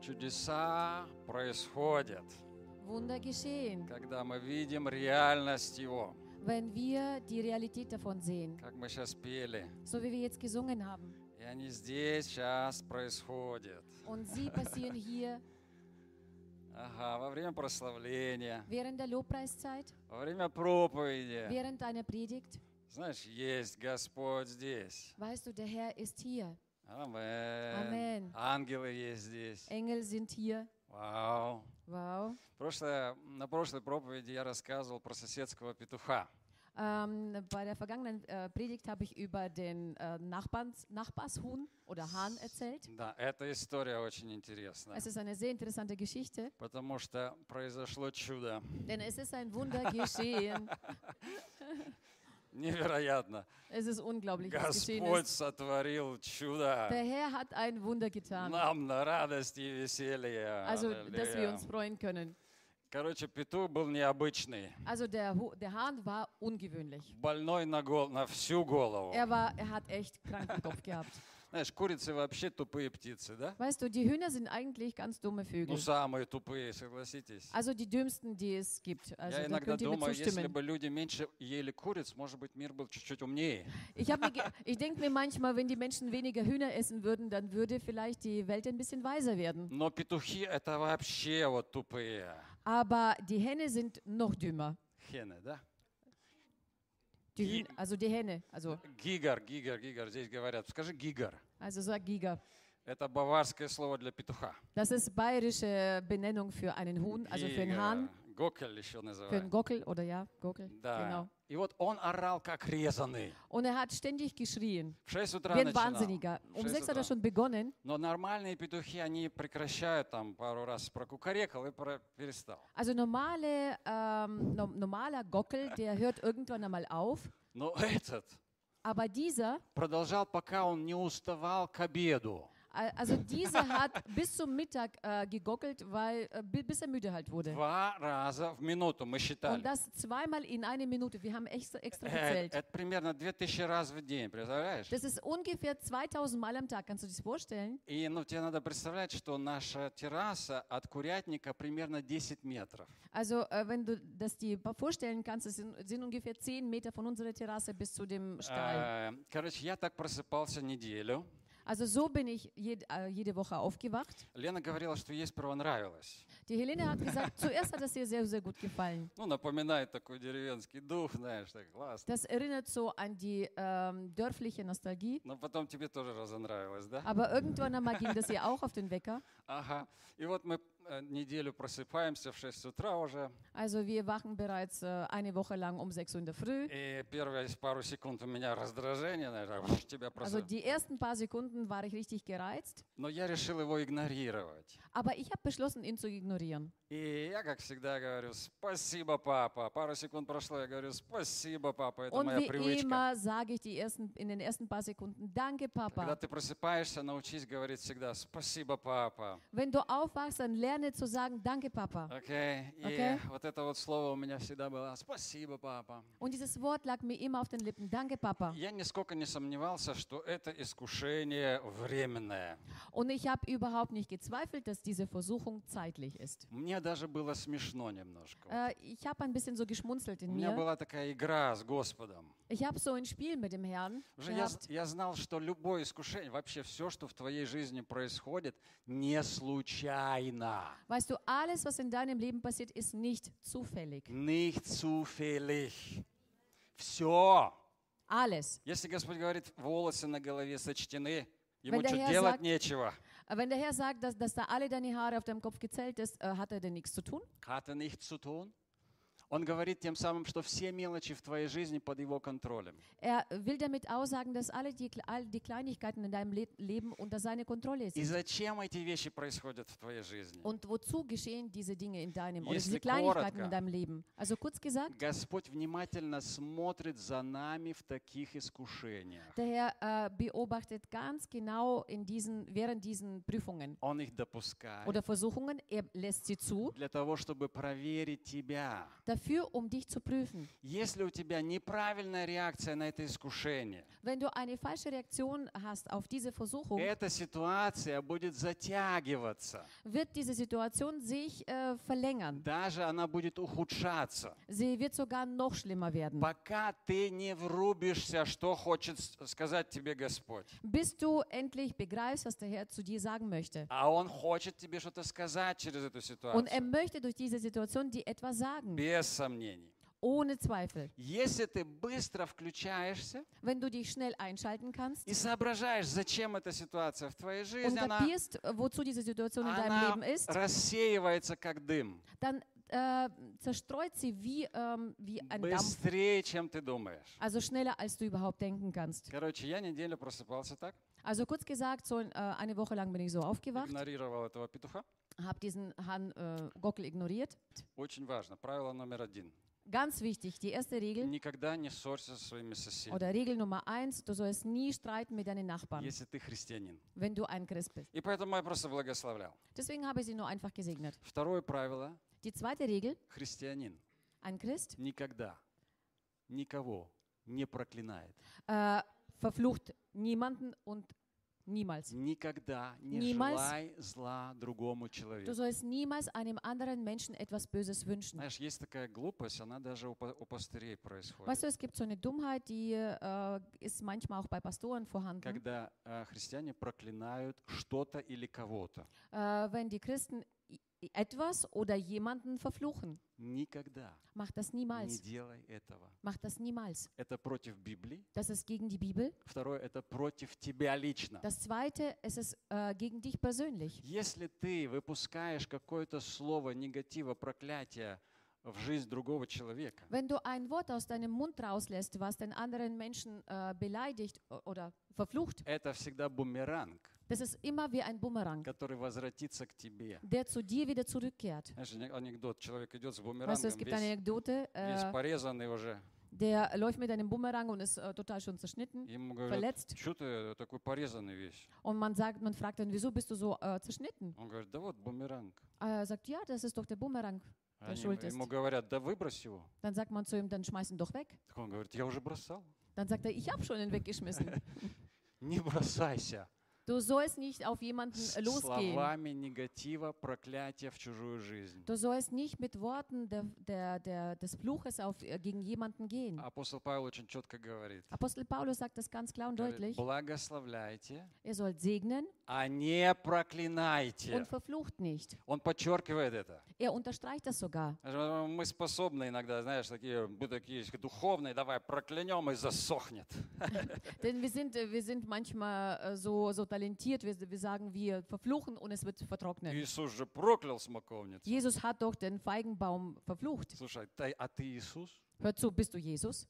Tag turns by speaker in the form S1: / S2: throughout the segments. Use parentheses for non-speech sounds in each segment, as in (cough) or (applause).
S1: Чудеса происходят,
S2: Wunder geschehen,
S1: когда мы видим реальность Его,
S2: wenn wir die Realität davon sehen,
S1: как мы сейчас пели.
S2: so wie wir jetzt gesungen haben.
S1: И они здесь сейчас происходят.
S2: Und sie passieren hier
S1: Ага, во время прославления,
S2: während der Lobpreiszeit,
S1: во время проповеди.
S2: während einer Predigt.
S1: Знаешь, есть Господь здесь.
S2: Weißt du, der Herr ist hier.
S1: Амен.
S2: Амен.
S1: Ангелы есть здесь.
S2: Engel sind hier.
S1: Вау.
S2: Wow.
S1: Прошлое, на прошлой проповеди я рассказывал про соседского петуха.
S2: Ähm, bei der vergangenen äh, Predigt habe ich über den äh, Nachbarns, Nachbarshuhn oder Hahn erzählt.
S1: Да, эта история очень интересна.
S2: Es ist eine sehr interessante Geschichte,
S1: Потому что произошло чудо.
S2: denn es ist ein Wunder geschehen.
S1: Невероятно.
S2: Es ist unglaublich, was geschehen
S1: Господь
S2: ist.
S1: сотворил чудо.
S2: Der Herr hat ein Wunder getan,
S1: Нам на радость и веселье.
S2: also dass wir
S1: Аллилуйя.
S2: uns freuen können.
S1: Короче, петух был необычный.
S2: Also der, Hu- der Hahn war ungewöhnlich.
S1: Больной на, гол- на всю голову.
S2: Er, war, er hat echt kranken Kopf gehabt.
S1: Знаешь, курицы вообще тупые птицы, да?
S2: Weißt du, die Hühner sind eigentlich ganz dumme
S1: Ну,
S2: Vögel.
S1: самые тупые, согласитесь.
S2: Also die dümmsten, die es gibt. Also
S1: Я
S2: da
S1: иногда
S2: könnt ihr mir
S1: думаю, если
S2: zustimmen.
S1: бы люди меньше ели куриц, может быть, мир был чуть-чуть умнее.
S2: Ich, hab mir ge- ich denke mir manchmal, wenn die Menschen weniger Hühner essen würden, dann würde vielleicht die Welt ein bisschen weiser werden.
S1: Но петухи — это вообще вот тупые
S2: Aber die Hähne sind noch dümmer.
S1: хены, да?
S2: Die
S1: Gi-
S2: Hühn- also die Hähne, also,
S1: Гигар, гигар, гигар, здесь говорят. Скажи гигар.
S2: also sag Giga.
S1: Это баварское слово для петуха.
S2: Das ist bayerische Benennung für einen Huhn, also für einen Hahn,
S1: Гигар. э, Гокель
S2: für
S1: еще
S2: einen
S1: называют.
S2: Gockel oder ja, Gockel.
S1: Да.
S2: Genau.
S1: И вот он орал как резанный.
S2: Und er hat ständig geschrien,
S1: В 6 утра
S2: wie ein
S1: начинал.
S2: Wahnsinniger. Um
S1: Scheiß
S2: sechs hat
S1: утра.
S2: er schon begonnen.
S1: Но нормальные петухи, они прекращают там пару раз прокукарекал и про- перестал.
S2: Also normale, ähm, no, normaler Gockel, der hört irgendwann einmal auf.
S1: Но (laughs) этот
S2: Aber dieser,
S1: продолжал, пока он не уставал к обеду.
S2: Al- Also dieser hat bis zum Mittag äh, gegockelt, weil äh, bi- bis er müde halt wurde.
S1: Два раза в минуту мы считали.
S2: Und das zweimal in einer Minute. Wir haben extra, extra
S1: Э,
S2: gezählt.
S1: Это примерно 2000 раз в день, представляешь?
S2: Das ist ungefähr 2000 Mal am Tag. Kannst du dir das vorstellen?
S1: И ну, тебе надо представлять, что наша терраса от курятника примерно 10 метров.
S2: Also äh, wenn du das dir pa- vorstellen kannst, es sind, sind ungefähr 10 Meter von unserer Terrasse bis zu dem Stall.
S1: Э, Короче, я так просыпался неделю.
S2: Also so bin ich jed, äh, jede Woche aufgewacht.
S1: Лена говорила, что ей сперва нравилось.
S2: Die Helene hat gesagt, zuerst hat es ihr sehr, sehr gut gefallen.
S1: Ну, напоминает такой деревенский дух, знаешь, так классно.
S2: Das erinnert so an die ähm, dörfliche Nostalgie.
S1: Но потом тебе тоже разонравилось, да?
S2: Aber irgendwann einmal ging das ihr auch auf den Wecker.
S1: Ага. И вот мы э, неделю просыпаемся в 6 утра уже.
S2: Also wir wachen bereits äh, eine Woche lang um 6 Uhr in der Früh.
S1: И первые пару секунд у меня раздражение, наверное, тебя
S2: Also
S1: просто...
S2: die ersten paar Sekunden war ich richtig gereizt,
S1: Но я решил его игнорировать.
S2: aber ich habe beschlossen, ihn zu ignorieren.
S1: И я, как всегда, говорю, спасибо, папа. Пару секунд прошло, я говорю, спасибо, папа, это
S2: Und
S1: моя
S2: wie
S1: привычка.
S2: immer sage ich die ersten, in den ersten paar Sekunden, danke
S1: Когда
S2: Papa.
S1: ты просыпаешься, научись говорить всегда спасибо, папа.
S2: Wenn du aufwachst, dann lerne zu sagen, danke Papa.
S1: Окей? И
S2: Окей.
S1: вот это вот слово у меня всегда было спасибо, папа.
S2: Und dieses Wort lag mir immer auf den Lippen, danke Papa.
S1: Я нисколько не сомневался, что это искушение временное.
S2: Und ich habe überhaupt nicht gezweifelt, dass diese Versuchung zeitlich ist.
S1: Мне даже было смешно немножко.
S2: Äh, ich habe ein bisschen so geschmunzelt
S1: У
S2: in
S1: меня
S2: mir.
S1: была такая игра с Господом.
S2: Ich habe so ein Spiel mit dem Herrn
S1: Уже я,
S2: gehabt.
S1: з- я знал, что любое искушение, вообще все, что в твоей жизни происходит, не случайно.
S2: Weißt du, alles, was in deinem Leben passiert, ist nicht zufällig.
S1: Nicht zufällig. Все.
S2: Alles.
S1: Если Господь говорит, волосы на голове сочтены, ему
S2: Wenn der
S1: что,
S2: Herr
S1: делать
S2: sagt-
S1: нечего.
S2: Aber Äh, wenn der Herr sagt, dass, dass da alle deine Haare auf deinem Kopf gezählt ist, äh, hat er denn nichts zu tun?
S1: Hat er nichts zu tun? Он говорит тем самым, что все mелочи в твоей жизни под его контролем.
S2: Er will damit aussagen, dass alle die, Kle- all die Kleinigkeiten in deinem Le Leben unter seine Kontrolle
S1: И
S2: sind.
S1: зачем эти вещи происходят в твоей жизни?
S2: Und wozu geschehen diese Dinge in deinem oder
S1: Если
S2: diese Kleinigkeiten
S1: коротко.
S2: in deinem Leben? Also kurz gesagt,
S1: Господь внимательно смотрит за нами в таких искушениях.
S2: der Herr äh, beobachtet ganz genau in diesen, während diesen Prüfungen
S1: Он их допускает
S2: oder Versuchungen, er lässt sie zu,
S1: для того, чтобы проверить тебя.
S2: da- dafür, um dich zu prüfen.
S1: Если у тебя неправильная реакция на это искушение,
S2: Wenn du eine falsche Reaktion hast auf diese Versuchung,
S1: эта ситуация будет затягиваться.
S2: wird diese Situation sich äh, verlängern.
S1: Даже она будет ухудшаться,
S2: Sie wird sogar noch schlimmer werden,
S1: пока ты не врубишься, что хочет с- сказать тебе Господь.
S2: bis du endlich begreifst, was der Herr zu dir sagen möchte.
S1: А Он хочет тебе что-то сказать через эту
S2: Und er
S1: ситуацию.
S2: möchte durch diese Situation dir etwas sagen,
S1: Без сомнений.
S2: ohne Zweifel.
S1: Если ты быстро включаешься
S2: Wenn du dich schnell einschalten kannst
S1: и соображаешь, зачем эта ситуация в твоей
S2: und
S1: жизни, она,
S2: kapierst, wozu diese Situation in deinem
S1: она
S2: Leben ist,
S1: рассеивается как дым.
S2: dann äh, zerstreut sie wie, ähm, wie ein Dampf.
S1: Быстрее, чем ты думаешь.
S2: Also schneller, als du überhaupt denken kannst.
S1: Короче, я неделю просыпался так,
S2: Also kurz gesagt, so äh, eine Woche lang bin ich so aufgewacht,
S1: игнорировал этого петуха.
S2: habe diesen Herrn äh, Gockel ignoriert.
S1: Очень важно. Правило номер один.
S2: Ganz wichtig, die erste Regel
S1: Никогда не ссорься со своими соседями,
S2: oder Regel Nummer eins, du sollst nie streiten mit deinen Nachbarn,
S1: если ты христианин.
S2: wenn du ein Christ bist.
S1: И поэтому я просто благословлял.
S2: Deswegen habe ich sie nur einfach gesegnet.
S1: Второе правило.
S2: Die zweite Regel,
S1: Христианин
S2: ein Christ
S1: никогда никого не проклинает.
S2: äh, verflucht niemanden und niemals.
S1: Никогда не
S2: Niemals.
S1: желай зла другому человеку.
S2: Du sollst niemals einem anderen Menschen etwas Böses wünschen.
S1: Знаешь, есть такая глупость, она даже у, па- у пастырей
S2: Weißt
S1: происходит.
S2: du, es gibt so eine Dummheit, die äh, ist manchmal auch bei Pastoren vorhanden,
S1: Когда э, христиане проклинают что-то или кого-то.
S2: äh, wenn die Christen i- i- etwas oder jemanden verfluchen.
S1: Никогда
S2: Macht das
S1: не
S2: niemals.
S1: делай этого.
S2: Macht das niemals.
S1: Это против Библии.
S2: Das ist gegen die Bibel.
S1: Второе, это против тебя лично.
S2: Das Zweite, es ist äh, gegen dich persönlich.
S1: Если ты выпускаешь какое-то слово негатива, проклятия в жизнь другого человека,
S2: Wenn du ein Wort aus deinem Mund rauslässt, was den anderen Menschen äh, beleidigt o- oder verflucht,
S1: это всегда бумеранг,
S2: das ist immer wie ein Bumerang,
S1: который возвратится к тебе.
S2: der zu dir wieder zurückkehrt.
S1: Знаешь, ане- анекдот, человек идет с
S2: Weißt du,
S1: бумерангом,
S2: es gibt eine
S1: весь,
S2: Anekdote,
S1: весь
S2: äh,
S1: порезанный уже.
S2: der läuft mit einem Bumerang und ist äh, total schon zerschnitten.
S1: Ему говорят,
S2: verletzt
S1: что ты такой порезанный весь?
S2: und man sagt, man fragt dann, wieso bist du so äh, zerschnitten?
S1: Он говорит, да вот бумеранг.
S2: Äh, Er sagt, ja, das ist doch der Bumerang.
S1: А
S2: Да
S1: они
S2: шульт
S1: ему
S2: есть.
S1: говорят, да выбрось его.
S2: Dann sagt man zu ihm, dann schmeiß ihn doch weg.
S1: Так он говорит, я уже бросал.
S2: Dann sagt er, ich habe schon ihn weggeschmissen.
S1: Не бросайся.
S2: Du sollst nicht auf jemanden
S1: С
S2: äh, losgehen.
S1: словами негатива, проклятия в чужую жизнь.
S2: Du sollst nicht mit Worten der, der, der, des Fluches auf, äh, gegen jemanden gehen.
S1: Апостол Павел очень четко говорит.
S2: Apostel Paulus sagt das ganz klar und
S1: говорит,
S2: deutlich.
S1: Благословляйте,
S2: Ihr sollt segnen
S1: а не
S2: und
S1: проклинайте.
S2: verflucht nicht.
S1: Он подчеркивает это.
S2: Er unterstreicht das sogar.
S1: Э, Мы способны иногда, знаешь, такие, мы такие духовные, давай проклянем и засохнет.
S2: Denn wir sind, äh, wir sind manchmal äh, so, so talentiert, wir, wir sagen, wir verfluchen und es wird vertrocknet.
S1: Иисус же проклял смоковницу.
S2: Jesus hat doch den Feigenbaum verflucht.
S1: Слушай, ты- а ты Иисус?
S2: Hör zu, bist du Jesus?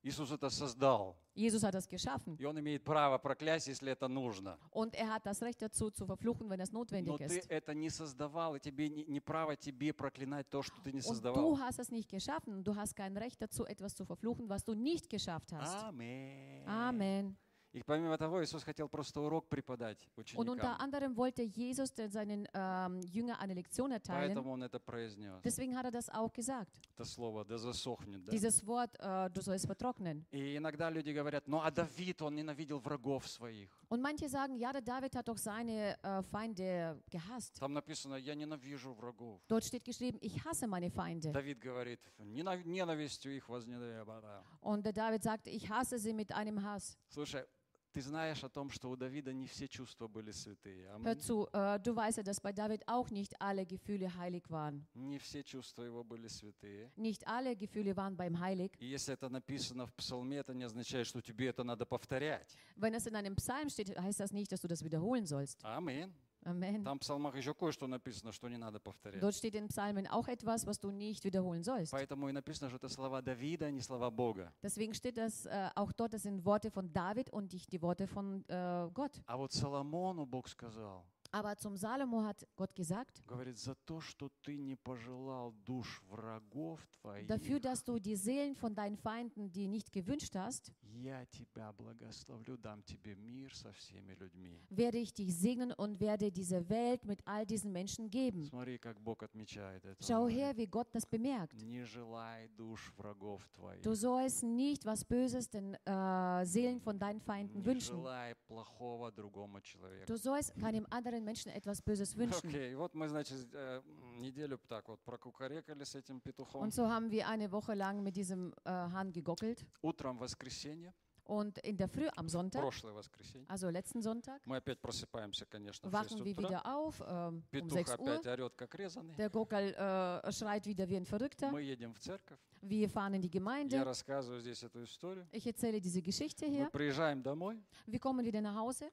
S1: Иисус это создал,
S2: Jesus hat das geschaffen
S1: и Он имеет право проклясть, если это нужно.
S2: und er hat das Recht dazu zu verfluchen, wenn das
S1: Но
S2: notwendig
S1: ты
S2: ist.
S1: это не создавал, и тебе не, не право тебе проклинать то, что ты не
S2: Und du
S1: создавал.
S2: hast es nicht geschaffen und du hast kein Recht dazu, etwas zu verfluchen, was du nicht geschafft hast.
S1: Аминь.
S2: Amen.
S1: И помимо того, Иисус хотел просто урок преподать
S2: Und unter
S1: ученикам.
S2: anderem wollte Jesus den- seinen ähm, Jünger eine Lektion erteilen.
S1: Поэтому Он это произнес.
S2: Deswegen hat er das auch gesagt.
S1: Это слово, да засохнет. да.
S2: Dieses Wort, äh, du sollst vertrocknen.
S1: И иногда люди говорят, ну а Давид, он ненавидел врагов своих.
S2: Und manche sagen, ja, der David hat doch seine äh, Feinde gehasst.
S1: Там написано, я ненавижу врагов.
S2: Dort steht geschrieben, ich hasse meine Feinde.
S1: Давид говорит, «Ненав- ненавистью их возненавижу.
S2: Und der David sagte, ich hasse sie mit einem Hass.
S1: Слушай, ты знаешь о том, что у Давида не все чувства были святые. а Аминь.
S2: Hör zu, äh, du weißt ja, dass bei David auch nicht alle Gefühle heilig waren.
S1: Не все чувства его были святые.
S2: Nicht alle Gefühle waren beim Heilig.
S1: И если это написано в псалме, это не означает, что тебе это надо повторять.
S2: Wenn es in einem Psalm steht, heißt das nicht, dass du das wiederholen sollst.
S1: Аминь.
S2: Amen.
S1: Там в псалмах еще кое-что написано, что не надо повторять.
S2: Dort steht in Psalmen auch etwas, was du nicht wiederholen sollst.
S1: Поэтому и написано, что это слова Давида, а не слова Бога.
S2: Deswegen steht das äh, auch dort, das sind Worte von David und nicht die Worte von äh, Gott.
S1: А вот Соломону Бог сказал,
S2: Aber zum Salomo hat Gott gesagt,
S1: Говорит, за то, что ты не пожелал душ врагов твоих,
S2: dafür, dass du die Seelen von deinen Feinden, die nicht gewünscht hast,
S1: я тебя благословлю, дам тебе мир со всеми людьми.
S2: werde ich dich segnen und werde diese Welt mit all diesen Menschen geben.
S1: Смотри, как Бог отмечает это. Он
S2: Schau
S1: говорит,
S2: her, wie Gott das bemerkt.
S1: Не желай душ врагов твоих.
S2: Du sollst nicht was Böses den äh, Seelen von deinen Feinden
S1: Не
S2: wünschen.
S1: желай плохого другому человеку.
S2: Du sollst keinem anderen Menschen etwas Böses wünschen.
S1: Окей, вот мы, значит, э, м, неделю так вот прокукарекали с этим петухом.
S2: Und so haben wir eine Woche lang mit diesem äh, Hahn gegockelt.
S1: Утром воскресенье,
S2: Und in der Früh am Sonntag,
S1: прошлое воскресенье,
S2: also letzten Sonntag,
S1: мы опять просыпаемся, конечно, в 6
S2: wachen wir
S1: утра.
S2: wieder auf ähm, um
S1: Петух
S2: 6 Uhr.
S1: опять орет, как резанный.
S2: Der Gockel äh, schreit wieder wie ein Verrückter.
S1: Мы едем в церковь.
S2: Wir fahren in die
S1: Я
S2: Gemeinde.
S1: рассказываю здесь эту историю.
S2: Ich erzähle diese Geschichte
S1: Мы
S2: hier.
S1: приезжаем домой.
S2: Wir kommen wieder nach Hause.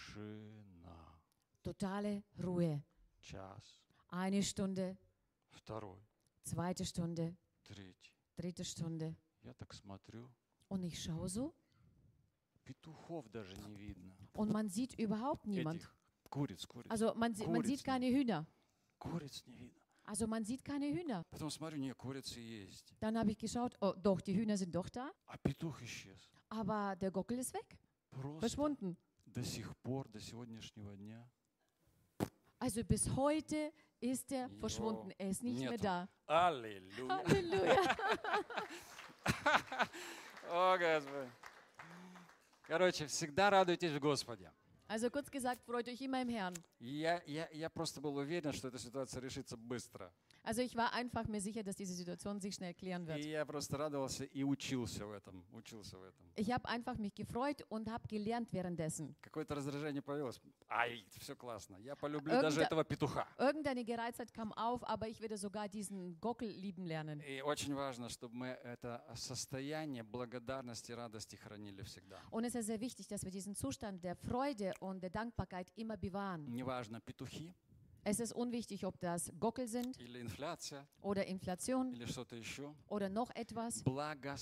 S1: Тишина.
S2: Totale Ruhe.
S1: Час,
S2: Eine Stunde,
S1: второй,
S2: zweite Stunde,
S1: третий.
S2: dritte Stunde.
S1: Я так смотрю,
S2: Und ich schaue so
S1: петухов даже не видно.
S2: und man sieht überhaupt niemand.
S1: Этих куриц, куриц.
S2: Also man, sie- man sieht
S1: Kurzne.
S2: keine Hühner.
S1: Куриц не видно.
S2: Also man sieht keine Hühner.
S1: Потом смотрю, не, курицы есть.
S2: Dann habe ich geschaut, oh, doch, die Hühner sind doch da,
S1: А петух исчез.
S2: aber der Gockel ist weg,
S1: Просто
S2: verschwunden.
S1: до сих пор, до сегодняшнего дня
S2: Also bis heute ist er
S1: Jo,
S2: verschwunden, er ist nicht mehr
S1: Nieto.
S2: da.
S1: Аллилуйя.
S2: Halleluja.
S1: О, Господи. Короче, всегда радуйтесь в Господе.
S2: Also kurz gesagt, freut euch immer im Herrn.
S1: Я, я, я просто был уверен, что эта ситуация решится быстро.
S2: Also ich war einfach mir sicher, dass diese Situation sich schnell klären
S1: И
S2: wird.
S1: я просто радовался и учился в этом. Учился в этом.
S2: Ich habe einfach mich gefreut und habe gelernt währenddessen.
S1: Какое-то раздражение появилось. Ай, все классно. Я полюблю
S2: Эм,
S1: даже
S2: да.
S1: этого петуха.
S2: Irgendeine Gereiztheit kam auf, aber ich werde sogar diesen Gockel lieben lernen.
S1: И очень важно, чтобы мы это состояние благодарности и радости хранили всегда.
S2: Und es ist sehr wichtig, dass wir diesen Zustand der Freude und der Dankbarkeit immer
S1: Mhm.
S2: bewahren.
S1: Неважно, петухи
S2: Es ist unwichtig, ob das Gockel sind
S1: или инфляция,
S2: oder Inflation
S1: или что-то еще.
S2: oder noch etwas.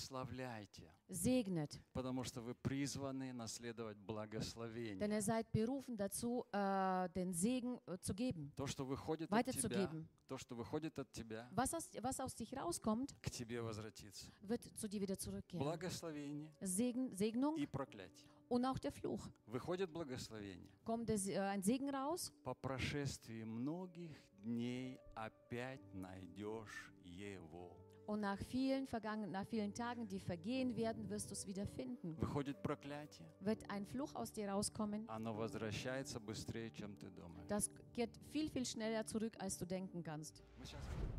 S1: Благословляйте,
S2: Segnet,
S1: потому что вы призваны наследовать благословение.
S2: denn ihr seid berufen dazu, äh, den Segen äh, zu geben,
S1: То, что выходит от тебя,
S2: weiterzugeben.
S1: то, что выходит от тебя,
S2: Was aus, was aus dich rauskommt,
S1: к тебе возвратится.
S2: wird zu dir wieder zurückkehren.
S1: Благословение
S2: Segen, Segnung
S1: и проклятие.
S2: und auch der Fluch.
S1: Выходит благословение.
S2: Kommt es, äh, ein Segen raus
S1: По прошествии многих дней опять найдешь его.
S2: und nach vielen, vergangen, nach vielen Tagen, die vergehen werden, wirst du es wieder finden.
S1: Выходит проклятие,
S2: Wird ein Fluch aus dir rauskommen,
S1: оно возвращается быстрее, чем ты думаешь.
S2: das geht viel, viel schneller zurück, als du denken kannst.
S1: Мы щас-